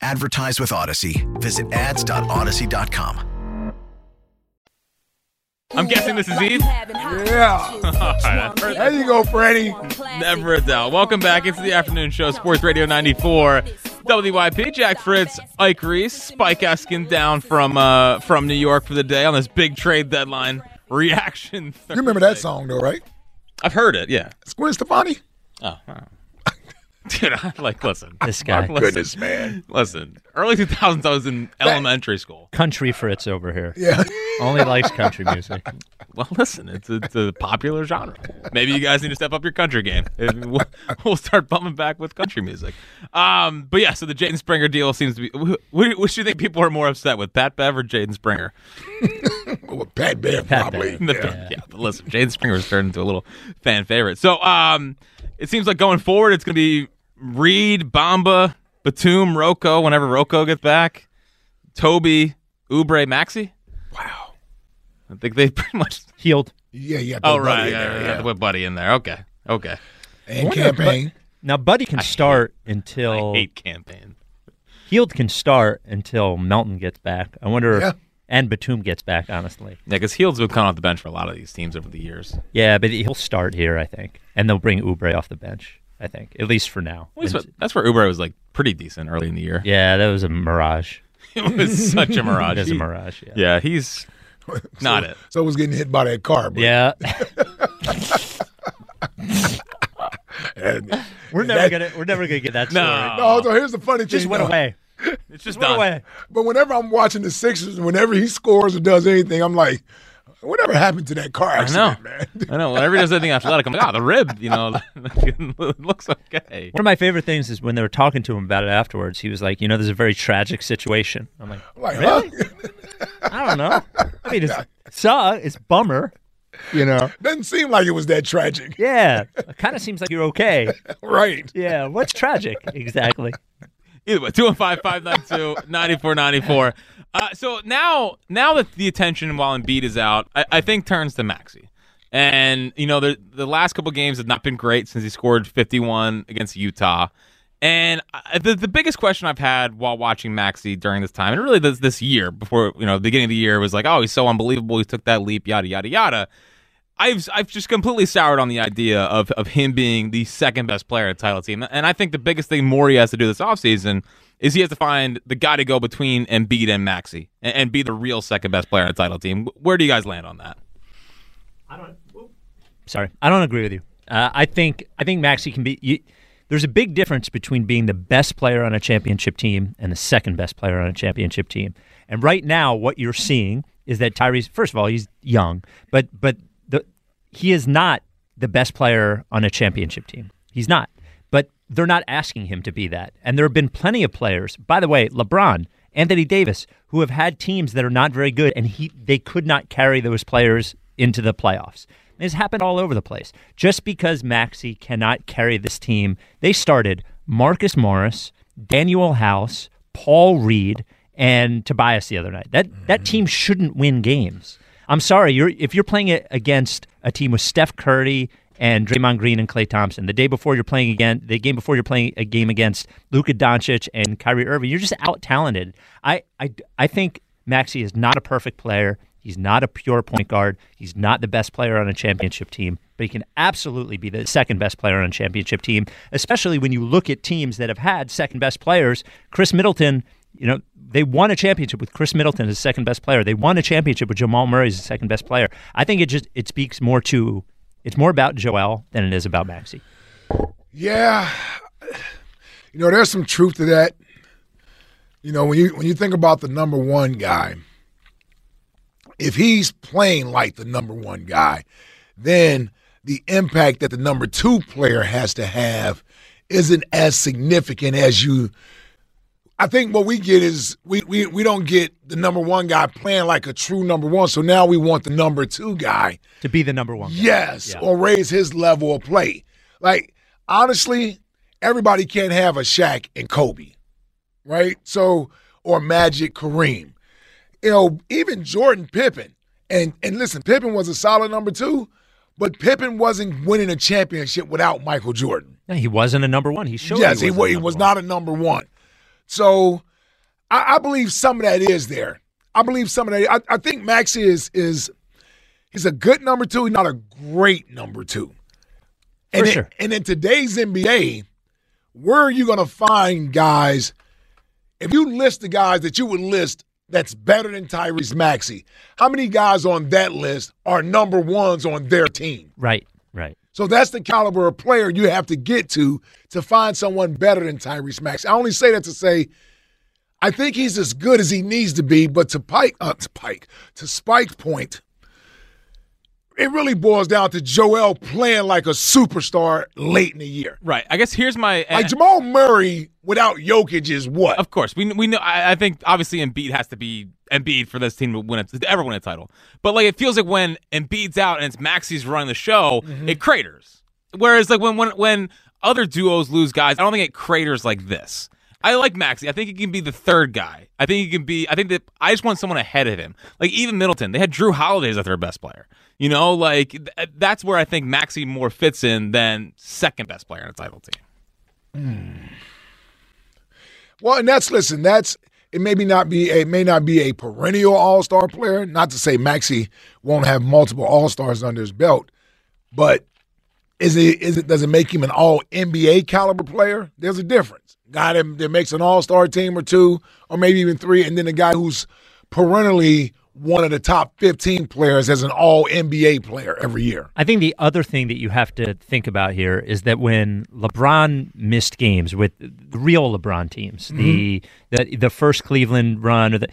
C: Advertise with Odyssey. Visit ads.odyssey.com.
A: I'm guessing this is Eve.
D: Yeah.
A: [LAUGHS] All right, I've heard
D: There you go, Franny.
A: Never a doubt. Welcome back. It's the afternoon show, Sports Radio 94, WYP. Jack Fritz, Ike Reese, Spike Eskin down from uh, from New York for the day on this big trade deadline reaction.
D: You remember that song though, right?
A: I've heard it. Yeah.
D: It's Gwen Stefani.
A: Oh. wow. Dude, I like listen.
B: This guy.
A: Listen,
D: Goodness, man.
A: listen. Early 2000s, I was in elementary school.
B: Country Fritz over here.
D: Yeah.
B: [LAUGHS] Only likes country music.
A: [LAUGHS] Well, listen, it's a, it's a popular genre. Maybe you guys need to step up your country game. [LAUGHS] If- We'll, we'll start bumping back with country music. Um, but yeah, so the Jaden Springer deal seems to be. Wh- wh- which do you think people are more upset with, Pat Bev or Jaden Springer?
D: [LAUGHS] Well, Pat Bear probably.
A: The- yeah. but listen, Jaden Springer has turned into a little fan favorite. So um, it seems like going forward, it's going to be Reed, Bamba, Batum, Rocco. Whenever Rocco gets back, Toby, Ubre, Maxi.
D: Wow.
A: I think they [LAUGHS] pretty much.
B: Healed.
D: Yeah, yeah.
A: Oh right, yeah,
D: yeah,
A: yeah, yeah. With Buddy in there. Okay, okay.
D: And campaign.
B: Now Buddy can start until
A: I hate campaign.
B: Healed can start until Melton gets back. I wonder
D: Yeah.
B: and Batum gets back, honestly.
A: Yeah, because Heald's been coming off the bench for a lot of these teams over the years.
B: Yeah, but he'll start here, I think. And they'll bring Oubre off the bench, I think. At least for now.
A: At least
B: And-
A: what- That's where Uber was like pretty decent early in the year.
B: yeah, that was a mirage.
A: [LAUGHS] it was such a
B: [LAUGHS]
A: mirage.
B: That is a
A: He-
B: mirage, yeah.
A: Yeah, he's [LAUGHS] not it.
D: [LAUGHS] So it was getting hit by that car. But [LAUGHS]
B: Yeah.
D: And-
B: we're never
D: That-
B: gonna we're never gonna get that story.
A: [LAUGHS] [LAUGHS] No,
D: no, so here's the funny thing.
B: Just went
D: though.
B: away.
A: it's just
B: Went
A: done.
B: away.
D: But whenever I'm watching the Sixers, whenever he scores or does anything, I'm like, whatever happened to that car accident, man?
A: I know. Whenever he does anything athletic, I'm like, ah, the rib. You know, it looks okay.
B: One of my favorite things is when they were talking to him about it afterwards, he was like, you know, there's a very tragic situation. I'm like,
D: I'm like, huh? [LAUGHS]
B: I don't know. I mean uh, it's suck, it's bummer.
J: You know,
D: Doesn't seem like it was that tragic.
B: Yeah, it kind of seems like you're okay.
D: [LAUGHS] Right.
B: Yeah, what's tragic exactly?
A: [LAUGHS] Either way, 215 592 9494. Uh, so now now that the attention while Embiid is out, I, I think turns to Maxi. And, you know, the, the last couple games have not been great since he scored 51 against Utah. And I, the, the biggest question I've had while watching Maxi during this time, and really this, this year, before, you know, the beginning of the year, was like, oh, he's so unbelievable. He took that leap, yada, yada, yada. I've I've just completely soured on the idea of of him being the second best player at title team. And I think the biggest thing Morey has to do this offseason is he has to find the guy to go between Embiid and Maxi and, and be the real second best player at title team. Where do you guys land on that?
B: Sorry, I don't agree with you. Uh, I think I think Maxi can be. You, there's a big difference between being the best player on a championship team and the second best player on a championship team. And right now, what you're seeing is that Tyrese. First of all, he's young, but but the, he is not the best player on a championship team. He's not. But they're not asking him to be that. And there have been plenty of players. By the way, LeBron, Anthony Davis, who have had teams that are not very good, and he they could not carry those players into the playoffs. It's happened all over the place. Just because Maxi cannot carry this team, they started Marcus Morris, Daniel House, Paul Reed, and Tobias the other night. That that team shouldn't win games. I'm sorry, you're if you're playing it against a team with Steph Curry and Draymond Green and Clay Thompson, the day before you're playing again, the game before you're playing a game against Luka Doncic and Kyrie Irving, you're just out talented. I, I I think Maxi is not a perfect player. He's not a pure point guard. He's not the best player on a championship team, but he can absolutely be the second best player on a championship team, especially when you look at teams that have had second best players. Chris Middleton, you know, they won a championship with Chris Middleton as second best player. They won a championship with Jamal Murray as the second best player. I think it just it speaks more to it's more about Joel than it is about Maxi.
D: Yeah, you know, there's some truth to that. You know, when you when you think about the number one guy, if he's playing like the number one guy, then the impact that the number two player has to have isn't as significant as you. I think what we get is we, we we don't get the number one guy playing like a true number one. So now we want the number two guy
B: To be the number one. guy.
D: Yes,
B: Yeah.
D: or raise his level of play. Like honestly, everybody can't have a Shaq and Kobe, right? So or Magic, Kareem, you know, even Jordan Pippen. And and listen, Pippen was a solid number two, but Pippen wasn't winning a championship without Michael Jordan.
B: No, he wasn't a number one. He showed
D: Yes, he,
B: wasn't
D: wa-
B: a
D: he
B: number
D: was
B: one.
D: not a number one. So I, I believe some of that is there. I believe some of that. I, I think Maxi is is he's a good number two, not a great number two.
B: For
D: And in-
B: sure.
D: and in today's NBA, where are you going to find guys? If you list the guys that you would list that's better than Tyrese Maxey, how many guys on that list are number ones on their team?
B: Right, right.
D: So that's the caliber of player you have to get to to find someone better than Tyrese Max. I only say that to say I think he's as good as he needs to be, but to Pike, uh, to Pike, to Spike point, it really boils down to Joel playing like a superstar late in the year.
A: Right. I guess here's my
D: Like Jamal Murray without Jokic is what?
A: Of course, we we know. I, I think obviously Embiid has to be Embiid for this team to win a, to ever win a title. But like it feels like when Embiid's out and it's Maxi's running the show,
D: Mm-hmm.
A: it craters. Whereas like when when when other duos lose guys, I don't think it craters like this. I like Maxi. I think he can be the third guy. I think he can be. I think that I just want someone ahead of him. Like even Middleton, they had Drew Holiday as their best player. You know, like th- that's where I think Maxi more fits in than second best player on a title team.
D: Well, and that's listen, that's it may be not be a may not be a perennial all-star player. Not to say Maxi won't have multiple all-stars under his belt, but is it is it does it make him an all NBA caliber player? There's a difference. Guy that, that makes an all-star team or two, or maybe even three, and then the guy who's perennially one of the top 15 players as an all NBA player every year.
B: I think the other thing that you have to think about here is that when LeBron missed
D: Mm-hmm.
B: games with the real LeBron teams, the, the the first Cleveland run, or the,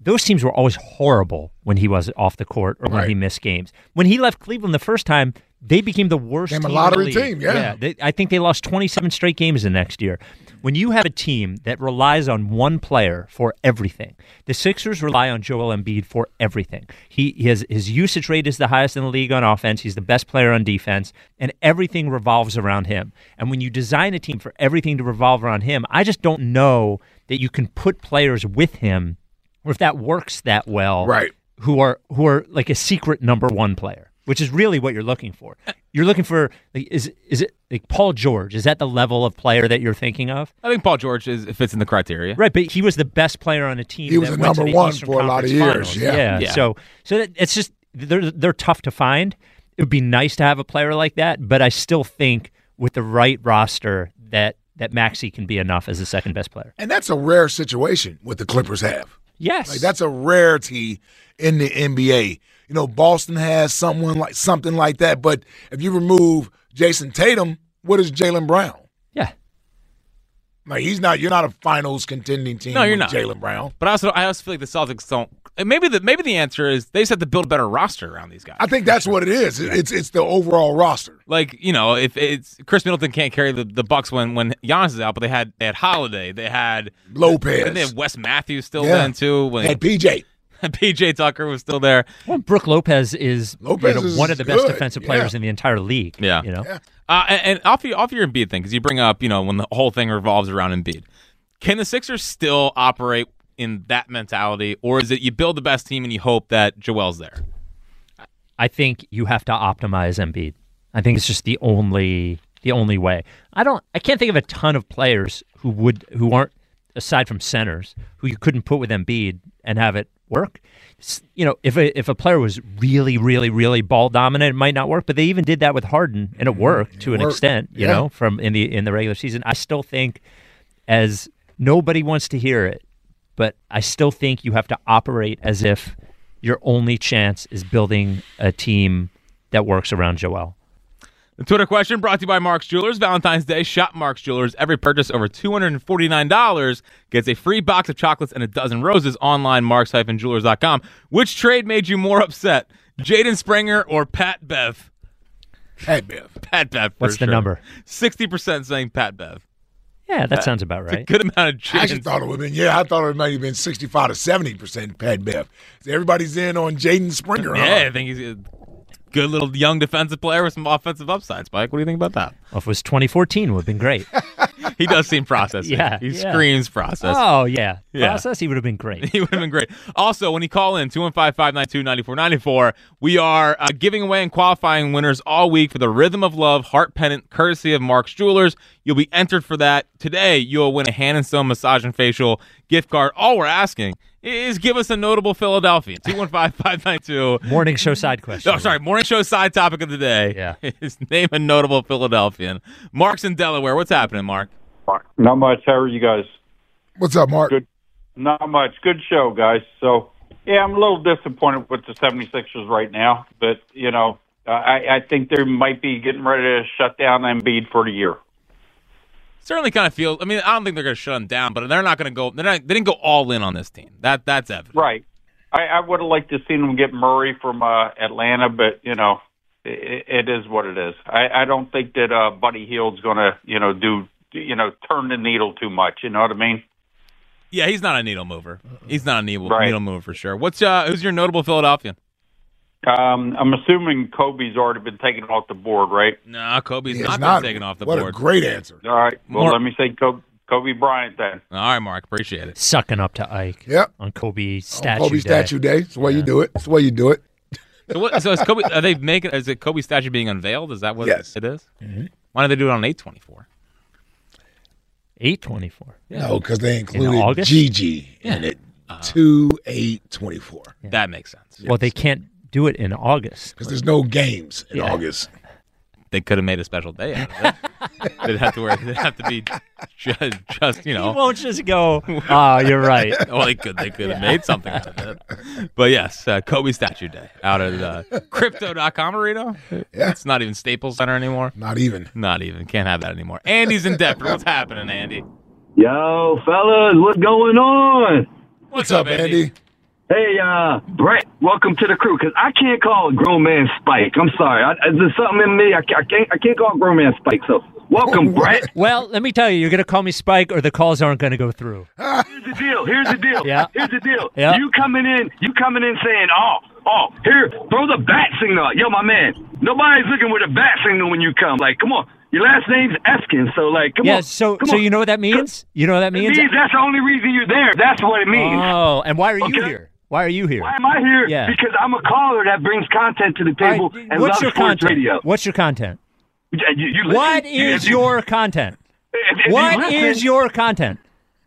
B: those teams were always horrible when he was off the court or when
D: Right.
B: he missed games. When he left Cleveland the first time, they became the worst
D: Became a
B: team in the
D: lottery
B: league.
D: team, yeah.
B: they, I think they lost 27 straight games the next year. When you have a team that relies on one player for everything, the Sixers rely on Joel Embiid for everything. He his his usage rate is the highest in the league on offense. He's the best player on defense, and everything revolves around him. And when you design a team for everything to revolve around him, I just don't know that you can put players with him, or if that works that well,
D: Right.
B: who are who are like a secret number one player, which is really what you're looking for. You're looking for like is is it like Paul George? Is that the level of player that you're thinking of?
A: I think Paul George is fits in the criteria.
B: Right, but he was the best player on a team.
D: He was
B: that
D: the
B: went to
D: number
B: the
D: one
B: Eastern
D: for a lot of
B: Conference
D: years,
B: Finals.
D: yeah.
A: Yeah.
B: So so that, it's just they're they're tough to find. It would be nice to have a player like that, but I still think with the right roster that that Maxi can be enough as the second best player.
D: And that's a rare situation what the Clippers have.
B: Yes,
D: Like that's a rarity in the NBA. You know, Boston has someone like something like that, but if you remove Jason Tatum, what is Jalen Brown?
B: yeah.
D: Like he's not. You're not a finals contending team.
A: No, you're
D: with
A: not.
D: Jalen Brown.
A: But I also I also feel like the Celtics don't. and Maybe the maybe the answer is they just have to build a better roster around these guys.
D: I think that's what it is. It- It's it's the overall roster.
A: like you know, if it's Chris Middleton can't carry the, the Bucks when when Giannis is out, but they had they had Holiday, they had
D: Lopez.
A: and they had Wes Matthews still
D: Yeah.
A: then too. When
D: Had
A: [LAUGHS]
D: PJ.
A: PJ Tucker was still there.
B: Well, Brooke Lopez is, you
D: Lopez
B: know,
D: is
B: one of the best
D: good,
B: defensive
D: yeah.
B: players in the entire league.
A: Yeah.
B: you know.
A: Uh, and, and off your off your Embiid thing, because you bring up, you know, when the whole thing revolves around Embiid, can the Sixers still operate in that mentality, or is it you build the best team and you hope that Joel's there?
B: I think you have to optimize Embiid. I think it's just the only the only way. I don't I can't think of a ton of players who would who aren't aside from centers who you couldn't put with Embiid and have it work. S- You know, if a if a player was really really really ball dominant, it might not work, but they even did that with Harden and it worked to an
D: Mm-hmm. worked.
B: extent, you
D: Yeah.
B: know, from in the in the regular season. I still think as nobody wants to hear it, but I still think you have to operate as if your only chance is building a team that works around Joel.
A: The Twitter question brought to you by Mark's Jewelers. Valentine's Day, shop Mark's Jewelers. Every purchase over $249 gets a free box of chocolates and a dozen roses online, marks-jewelers.com. Which trade made you more upset, Jaden Springer or Pat Bev?
D: Had Bev.
A: Pat Bev. for
B: What's the
A: sure.
B: number?
A: 60% saying Pat Bev.
B: Yeah, that sounds about right.
A: Good amount of
D: I actually
A: Jaden.
D: thought it would have been, yeah, I thought it might have been 65 to 70% Pat Bev. So everybody's in on Jaden Springer. huh?
A: Yeah, I think he's a good little young defensive player with some offensive upside. Spike, what do you think about that?
B: Well, if it was 2014, would have been
A: [LAUGHS]
B: great.
A: He does
B: [LAUGHS]
A: seem processed.
B: Yeah,
A: He
B: yeah.
A: screams process.
B: oh yeah,
A: Yeah. [LAUGHS]
B: process. He would have been great.
A: He would have been great. Also, when you call in, 215 592 9494, we are uh, giving away and qualifying winners all week for the Rhythm of Love Heart Pennant, courtesy of Mark's Jewelers. You'll be entered for that. Today, you'll win a hand and stone massage and facial gift card. All we're asking is give us a notable Philadelphia. 215 592
B: Morning show side question.
A: Oh, sorry. Morning show side topic of the day.
B: Yeah.
A: [LAUGHS] His name a notable Philadelphian. Mark's in Delaware. What's happening, Mark?
J: Not much. How are you guys?
D: What's up, Mark?
J: Good. Not much. Good show, guys. So, yeah, I'm a little disappointed with the 76ers right now, but, you know, I, I think they might be getting ready to shut down Embiid for the year.
A: Certainly kind of feels. I mean, I don't think they're going to shut him down, but they're not going to go. They're not. They didn't go all in on this team. That that's evident.
J: Right. I, I would have liked to seen them get Murray from uh, Atlanta, but, you know, it, it is what it is. I, I don't think that uh, Buddy Hield's going to, you know, do, you know, turn the needle too much. You know what I mean?
A: Yeah, he's not a needle mover. He's not a needle,
J: Right.
A: needle mover for sure. What's uh, who's your notable Philadelphian?
J: Um, I'm assuming Kobe's already been taken off the board, right?
A: No, Kobe's
D: It's
A: not, been taken off the
D: what a
A: board.
D: great answer.
J: All right. Well,
A: More-
J: let me say Kobe, Kobe Bryant then.
A: all right, Mark, appreciate it.
B: Sucking up to Ike.
D: Yep.
B: On Kobe
D: On
B: statue.
D: Kobe
B: day.
D: Statue Day. It's the way you do it. It's the way you do it.
A: So, what, so is Kobe? Are they making? Is it Kobe statue being unveiled? Is that what
D: Yes.
A: it is?
B: Mm-hmm.
A: Why don't they do it on eight twenty four?
B: 824.
D: No, because they included
B: August?
D: Gigi in it. 2 8 24.
A: Uh-huh. That makes sense.
B: Well, they can't do it in August.
D: Because there's no games in
B: Yeah.
D: August.
A: They could have made a special day out of
B: [LAUGHS]
A: it. they'd have to wear. They'd have to be just, just you
B: He
A: know.
B: won't just go. Oh, you're right.
A: [LAUGHS] Well, they could. They could have made something out of it. But yes, uh, Kobe Statue Day out at uh, crypto.com, Arito.
D: Yeah.
A: It's not even Staples Center anymore.
D: Not even.
A: Not even. Can't have that anymore. Andy's in Denver. What's happening, Andy?
F: Yo, fellas, what's going on?
A: What's, up, Andy?
K: Hey, uh, Brett, welcome to the crew. Cause I can't call a grown man Spike. I'm sorry. I, I- there's something in me. I, ca- I can't. I can't call a grown man Spike. So
A: Oh,
K: welcome, Brett.
B: Well, let me tell you, you're going to call me Spike, or the calls aren't going to go through.
K: Here's the deal. Here's the deal.
B: Yeah.
K: Here's the deal.
B: Yeah.
K: You coming in. You coming in saying, oh, oh, here, throw the bat signal. out. Yo, my man. Nobody's looking with a bat signal when you come. Like, come on. Your last name's Eskin, so like, come
B: yeah.
K: on.
B: So,
K: come
B: so
K: on.
B: you know what that means? You know what that
K: It
B: means?
K: means that's the only reason you're there. That's what it means.
B: Oh, and why are you
K: Okay?
B: here? Why are you here?
K: Why am I here?
B: Yeah.
K: Because I'm a caller that brings content to the table and
B: What's
K: loves
B: your
K: sports
B: content?
K: radio.
B: What's your content?
K: You- you- you listen-
B: What
K: you-
B: is
K: you-
B: your content?
K: if- if you
B: What
K: listen-
B: is your content?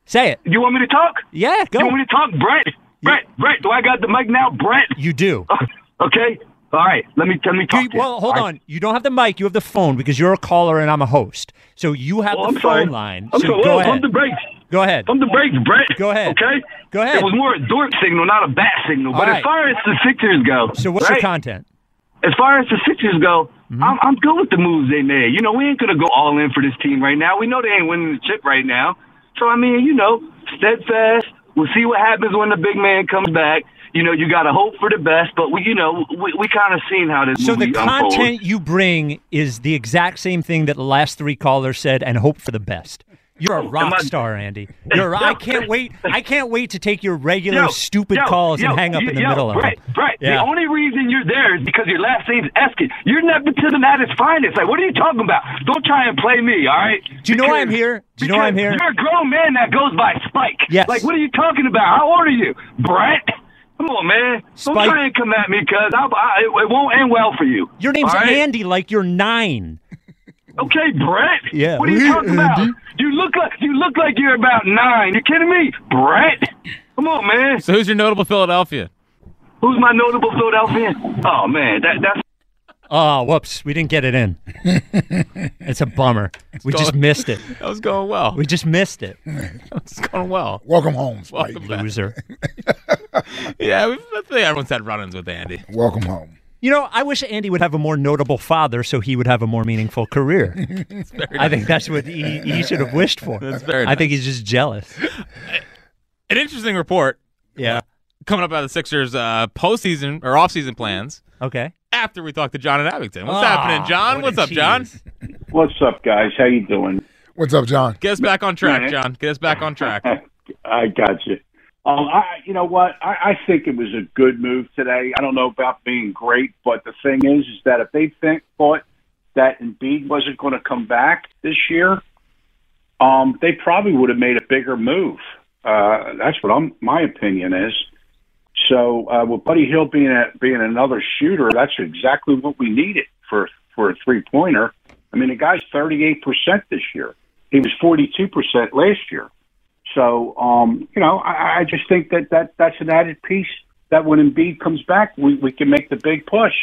B: Say it.
K: You want me to talk?
B: Yeah, go.
K: You want me to talk, Brett? Brett, Brett, do I got the mic now, Brett?
B: You do.
K: [LAUGHS] okay. All right. Let me let me talk. to you.
B: Well, hold
K: All right.
B: on. You don't have the mic. You have the phone because you're a caller and I'm a host. So you have
K: Well,
B: the
K: Oh, I'm
B: phone
K: sorry.
B: line.
K: I'm
B: so
K: sorry.
B: go
K: Whoa,
B: ahead.
K: pump the brakes.
B: Go ahead.
K: Pump the brakes, Brett.
B: Go ahead.
K: Okay.
B: Go ahead.
K: It was more a dork signal, not a bat signal.
B: All
K: but
B: right.
K: as far as the Sixers go,
B: So what's your
K: right?
B: content? Mm-hmm.
K: as far as the Sixers go, I'm, I'm good with the moves they made. You know, we ain't gonna go all in for this team right now. We know they ain't winning the chip right now. So I mean, you know, steadfast. We'll see what happens when the big man comes back. You know, you gotta hope for the best, but we, you know, we, we kind of seen how this
B: So the
K: movie unfolds.
B: content you bring is the exact same thing that the last three callers said and hope for the best. [LAUGHS] You're a rock
K: I-
B: star,
K: [LAUGHS]
B: Andy. You're, I can't wait. I can't wait to take your regular
K: Yo,
B: stupid
K: yo,
B: calls and
K: yo,
B: hang up
K: yo,
B: in the
K: yo,
B: middle of
K: Brett,
B: them.
K: Brett,
B: Yeah.
K: the only reason you're there is because your last name's Eskin. You're nepotism at its finest. Like, what are you talking about? Don't try and play me, all right?
B: Do you know why I'm here? Do you know why I'm
K: Because
B: here?
K: You're a grown man that goes by Spike.
B: Yes.
K: Like, what are you talking about? How old are you, Brett? Come on, man.
B: Spike-
K: Don't try and come at me, cuz I, I, it won't end well for you.
B: Your name's
K: all right?
B: Andy, like you're nine.
K: Okay, Brett.
B: Yeah.
K: What are you
B: [LAUGHS] Yeah,
K: talking about?
B: Andy.
K: You look like you look like you're about nine. You kidding me, Brett? Come on, man.
A: So who's your notable Philadelphia?
K: Who's my notable Philadelphian? Oh man, that that's
B: Oh, whoops. We didn't get it
A: [LAUGHS]
B: in. it's a bummer. we just
A: going-
B: missed it.
A: [LAUGHS] That was going well.
B: We just missed
A: [LAUGHS]
B: it.
A: It's going well.
D: Welcome home, Spike.
A: Welcome back.
B: Loser.
A: Yeah, we, I think everyone's had run-ins with Andy.
D: Welcome home.
B: You know, I wish Andy would have a more notable father so he would have a more meaningful
A: [LAUGHS]
B: career. I think that's what he, he should have wished for.
A: That's very
B: I think he's just jealous.
A: An interesting report uh,
B: Yeah.
A: coming up out of the Sixers' uh, postseason or offseason plans
B: Okay.
A: after we talk to John and Abington. What's
B: Ah,
A: happening, John?
B: what
A: What's
B: a
A: up, John?
B: tease.
L: What's up, guys? How you doing?
D: What's up, John?
A: Get us back on track,
L: Man.
A: John. Get us back on track.
L: [LAUGHS] I got you. Um, I, you know what? I, I think it was a good move today. I don't know about being great, but the thing is, is that if they think, thought that Embiid wasn't going to come back this year, um, they probably would have made a bigger move. Uh, that's what I'm, my opinion is. So uh, with Buddy Hill being a, being another shooter, that's exactly what we needed for for a three pointer. I mean, the guy's 38 percent this year. He was 42 percent last year. So, um, you know, I, I just think that, that that's an added piece that when Embiid comes back, we, we can make the big push.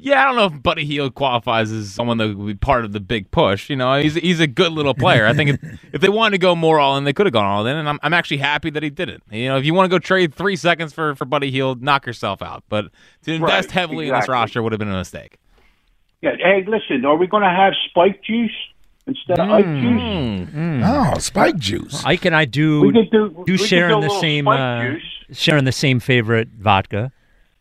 A: Yeah, I don't know if Buddy Heald qualifies as someone that would be part of the big push. You know, he's he's a good little player. I think if,
B: [LAUGHS]
A: if they wanted to go more all in, they could have gone all in, and I'm, I'm actually happy that he didn't. You know, if you want to go trade three seconds for, for Buddy Heald, knock yourself out. But to invest
L: Right,
A: heavily in this
L: exactly.
A: roster would have been a mistake.
L: Yeah. Hey, listen, are we going to have spike juice instead
B: Mm.
L: of Ike juice?
D: Oh, Spike Juice.
B: Ike and I
L: We
B: do
L: could do.
B: do
L: we
B: share
L: could do
B: in the
L: a little
B: same
L: spike
B: uh,
L: juice.
B: sharing the same favorite vodka.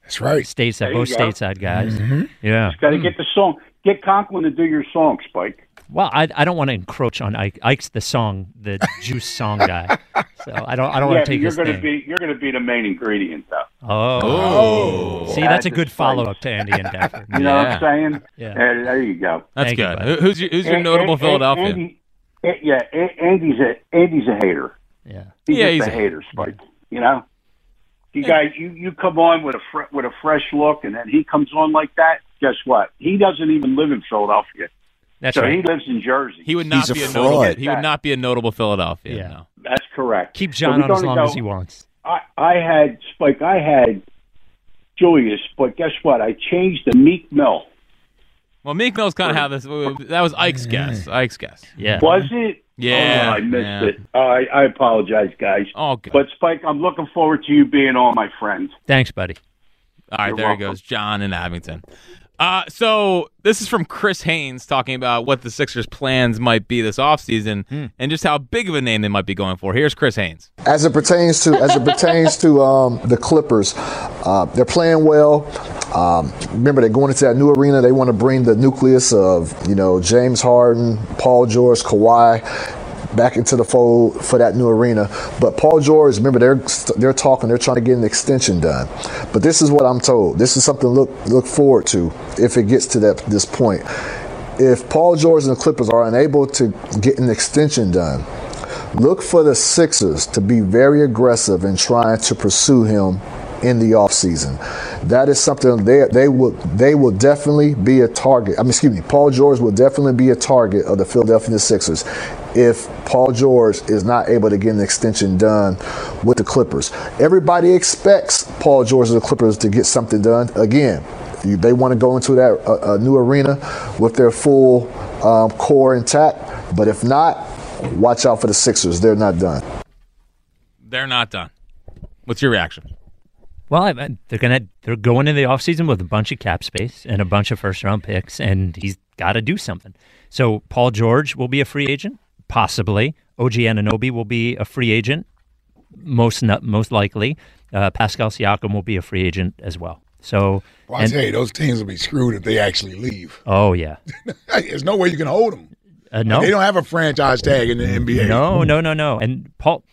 D: That's right. Mm-hmm.
B: Stateside,
L: you
B: both
L: go.
B: stateside guys. Yeah.
L: Got to get the song. Get Conklin to do your song, Spike.
B: Well, I, I don't want to encroach on Ike. Ike's the song, the juice song
L: [LAUGHS]
B: guy. So I don't I don't want
L: yeah, but
B: to take
L: you're
B: his
L: going to
B: thing.
L: be you're going to be the main ingredient, though.
B: Oh. See, that's a
L: That's
B: good
L: just
B: follow up to Andy and Dapper.
L: You know
A: Yeah.
L: what I'm saying?
B: Yeah.
L: There, there you go.
A: That's
B: Thank you,
A: good.
B: buddy.
A: Who- who's your, who's your
L: And-
A: notable
L: and-
A: Philadelphia?
L: and Andy, and- yeah, and- Andy's a Andy's a hater.
B: Yeah.
L: He's
A: Yeah,
L: just
A: he's
L: a
A: a-
L: hater, Spike. You know, you guys, you you come on with a fre- with a fresh look, and then he comes on like that. Guess what? He doesn't even live in Philadelphia,
B: That's
L: so he
B: right.
L: lives in Jersey.
A: he would not
D: He's a
A: be a
D: fraud.
A: notable. He would not be a notable Philadelphia.
B: Yeah.
A: no.
L: That's correct.
B: Keep
L: So
B: John
L: we're
B: on as
L: gonna
B: long
L: go-
B: as he wants.
L: I, I had Spike. I had Julius, but guess what? I changed the Meek Mill.
A: Well, Meek Mill's kind of how this. That was Ike's guess. Ike's guess.
B: Yeah.
L: Was it?
A: Yeah,
L: Oh, I missed
A: yeah.
L: it. I I apologize, guys.
A: Oh, good.
L: But Spike, I'm looking forward to you being on, my friend.
B: Thanks, buddy.
A: All right,
L: You're
A: there he
L: welcome.
A: goes, John in Abington. Uh, so this is from Chris Haynes talking about what the Sixers' plans might be this offseason
B: Hmm.
A: and just how big of a name they might be going for. Here's Chris Haynes.
M: As it pertains to as it pertains to um, the Clippers, uh, they're playing well. Um, remember, they're going into that new arena. They want to bring the nucleus of you know James Harden, Paul George, Kawhi back into the fold for that new arena. But Paul George, remember, they're they're talking. They're trying to get an extension done. But this is what I'm told. This is something to look look forward to if it gets to that this point. If Paul George and the Clippers are unable to get an extension done, look for the Sixers to be very aggressive in trying to pursue him in the offseason. That is something they they will they will definitely be a target. I mean, excuse me, Paul George will definitely be a target of the Philadelphia Sixers if Paul George is not able to get an extension done with the Clippers. Everybody expects Paul George and the Clippers to get something done. Again, you- they want to go into that uh, uh, new arena with their full um, core intact. But if not, watch out for the Sixers. They're not done.
A: They're not done. What's your reaction?
B: Well, I, I- they're gonna they're going into the offseason with a bunch of cap space and a bunch of first round picks, and he's got to do something. So Paul George will be a free agent, possibly. OG Ananobi will be a free agent, most nu- most likely. Uh, Pascal Siakam will be a free agent as well. So
D: Well, I
B: and-
D: tell you, those teams will be screwed if they actually leave.
B: oh yeah,
D: There's no way you can hold them.
B: Uh, no.
D: They don't have a franchise tag in the NBA.
B: No, no, no, no. And Paul,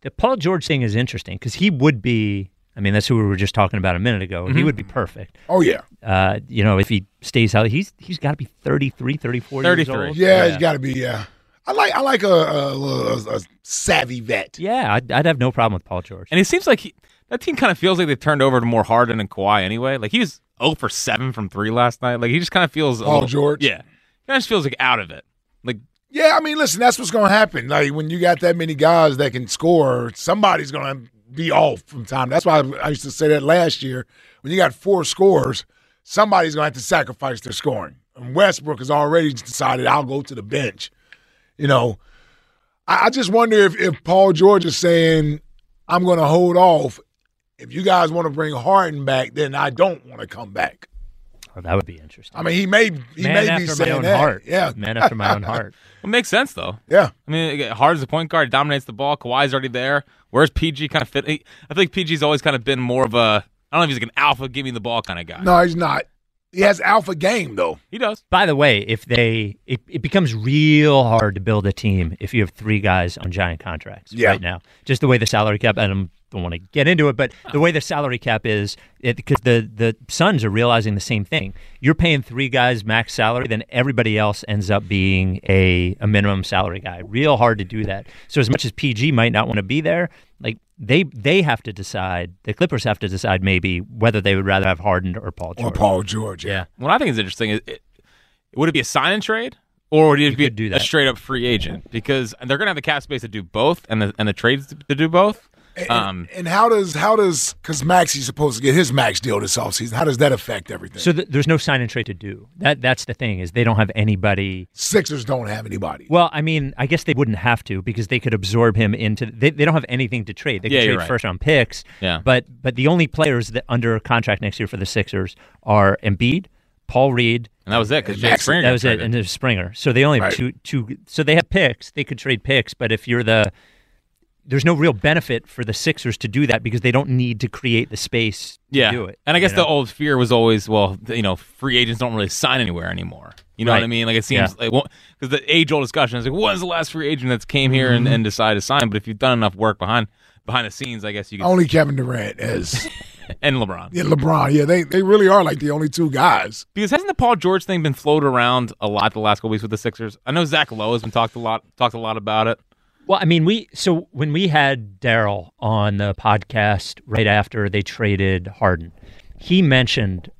B: the Paul George thing is interesting because he would be. I mean, that's who we were just talking about a minute ago. He
A: Mhm.
B: would be perfect.
D: Oh, yeah.
B: Uh, you know, if he stays healthy, he's he's got to be 33, 34 years
A: 33.
B: old.
D: Yeah, it's got to be. Yeah, I like I like a, a, little- a, a savvy vet.
B: Yeah, I'd, I'd have no problem with Paul George.
A: And it seems like he, that team kind of feels like they turned over to more Harden and Kawhi anyway. Like he was 0 for 7 from 3 last night. Like he just kind of feels. a
D: Paul
A: little-
D: George?
A: Yeah. He kind of just feels like out of it. Like,
D: Yeah, I mean, listen, that's what's going to happen. Like when you got that many guys that can score, somebody's going to be off from time. That's why I used to say that last year. When you got four scores, somebody's going to have to sacrifice their scoring. And Westbrook has already decided I'll go to the bench. You know, I, I just wonder if if Paul George is saying I'm going to hold off. If you guys want to bring Harden back, then I don't want to come back.
B: Oh, that would be interesting.
D: I mean, he may he
B: Man
D: may
B: after
D: be
B: my
D: saying
B: own
D: that.
B: heart.
D: Yeah,
B: Man after my own
A: [LAUGHS]
B: heart.
A: It makes sense though.
D: Yeah.
A: I mean, again, Harden's a point guard, dominates the ball. Kawhi's already there. Where's PG kind of fit? he- I think PG's always kind of been more of a I don't know if he's like an alpha, give me the ball kind of guy.
D: No, he's not. He has alpha game though.
A: He does.
B: By the way, if they it, it becomes real hard to build a team if you have three guys on giant contracts
D: Yeah.
B: right now. Just the way the salary cap and I don't want to get into it, but the way the salary cap is because the the Suns are realizing the same thing. You're paying three guys max salary, then everybody else ends up being a a minimum salary guy. Real hard to do that. So as much as PG might not want to be there, like they they have to decide. The Clippers have to decide maybe whether they would rather have Harden or Paul George.
D: Paul George.
B: Yeah.
A: What I think is interesting is it, would it be a sign and trade or would it be a straight up free agent? Because they're going to have the cap space to do both and the and the trades to do both. Um,
D: And how does how does because Maxi's supposed to get his max deal this offseason? How does that affect everything?
B: So th- there's no sign and trade to do. That that's the thing is they don't have anybody.
D: Sixers don't have anybody.
B: Well, I mean, I guess they wouldn't have to because they could absorb him into. They, they don't have anything to trade. They could
A: Yeah, you're
B: trade
A: right.
B: first round picks.
A: Yeah.
B: But but the only players that under contract next year for the Sixers are Embiid, Paul Reed,
A: and that was it because Jake Springer.
B: That was
A: traded.
B: it, and there's Springer. So they only have two
A: Right.
B: two. So they have picks. They could trade picks, but if you're the there's no real benefit for the Sixers to do that because they don't need to create the space to
A: yeah.
B: do it.
A: And I guess
B: you know?
A: the old fear was always, well, th- you know, free agents don't really sign anywhere anymore. You know what I
B: Right.
A: mean? Like it
B: Yeah.
A: seems like because the age old discussion is like, when's the last free agent that's came here
B: Mm-hmm.
A: and, and decided to sign? But if you've done enough work behind behind the scenes, I guess you can
D: Only Kevin Durant as
A: [LAUGHS] and LeBron.
D: yeah, LeBron. Yeah, they they really are like the only two guys.
A: Because hasn't the Paul George thing been floated around a lot the last couple weeks with the Sixers? I know Zach Lowe has been talked a lot talked a lot about it.
B: Well, I mean, we so when we had Daryl on the podcast right after they traded Harden, he mentioned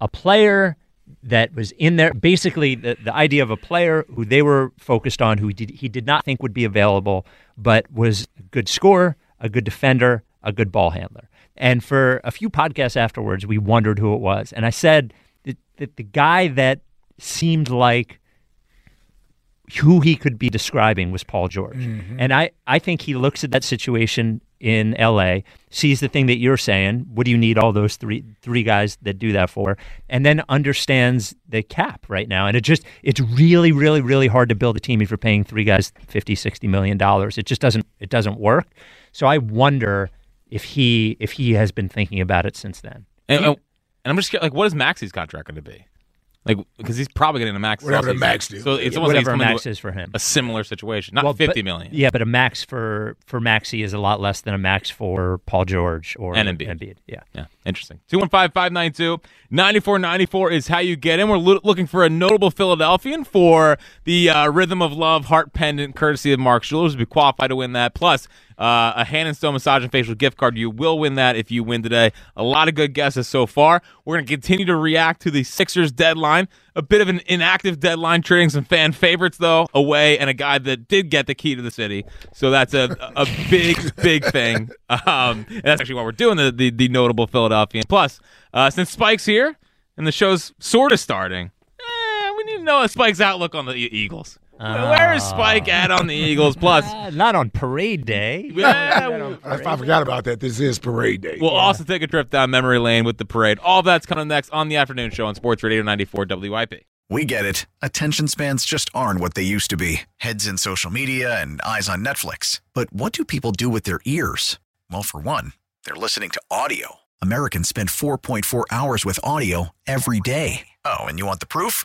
B: a player that was in there. Basically, the, the idea of a player who they were focused on, who did, he did not think would be available, but was a good scorer, a good defender, a good ball handler. And for a few podcasts afterwards, we wondered who it was. And I said that, that the guy that seemed like who he could be describing was Paul George.
N: Mhm.
B: And I, I think he looks at that situation in LA sees the thing that you're saying. What do you need all those three three guys that do that for? And then understands the cap right now. And it just it's really really really hard to build a team if you're paying three guys 50 60 million dollars. It just doesn't it doesn't work. So I wonder if he if he has been thinking about it since then.
A: And, and I'm just like, what is Maxi's contract going to be? Like, because he's probably getting a max.
D: Whatever
A: all
D: the
A: season.
D: max deal.
A: So it's
B: Yeah,
A: almost like he's
B: whatever a
A: coming to
B: max
A: a-
B: is for him.
A: A similar situation, not
B: Well, but-
A: fifty million.
B: Yeah, but a max for for Maxi is a lot less than a max for Paul George or
A: And Embiid.
B: Yeah.
A: Yeah. Interesting. 215 592 9494 is how you get in. We're loo- looking for a notable Philadelphian for the uh, Rhythm of Love heart pendant, courtesy of Mark Schuler, who's be qualified to win that. Plus, uh, a hand and stone massage and facial gift card. You will win that if you win today. A lot of good guesses so far. We're going to continue to react to the Sixers deadline. A bit of an inactive deadline, trading some fan favorites, though, away, and a guy that did get the key to the city. So that's a, a big, big thing. Um, and that's actually why we're doing the, the, the notable Philadelphian. Plus, uh, since Spike's here and the show's sort of starting, eh, we need to know Spike's outlook on the E- Eagles. Where is Spike at on
B: [LAUGHS]
A: the Eagles? Plus,
B: not on parade day.
A: Yeah,
D: I, I forgot about that. This is parade day.
A: We'll also take a trip down memory lane with the parade. All that's coming next on the afternoon show on Sports Radio 94 WIP.
C: We get it. Attention spans just aren't what they used to be heads in social media and eyes on Netflix. But what do people do with their ears? Well, for one, they're listening to audio. Americans spend 4.4 hours with audio every day. Oh, and you want the proof?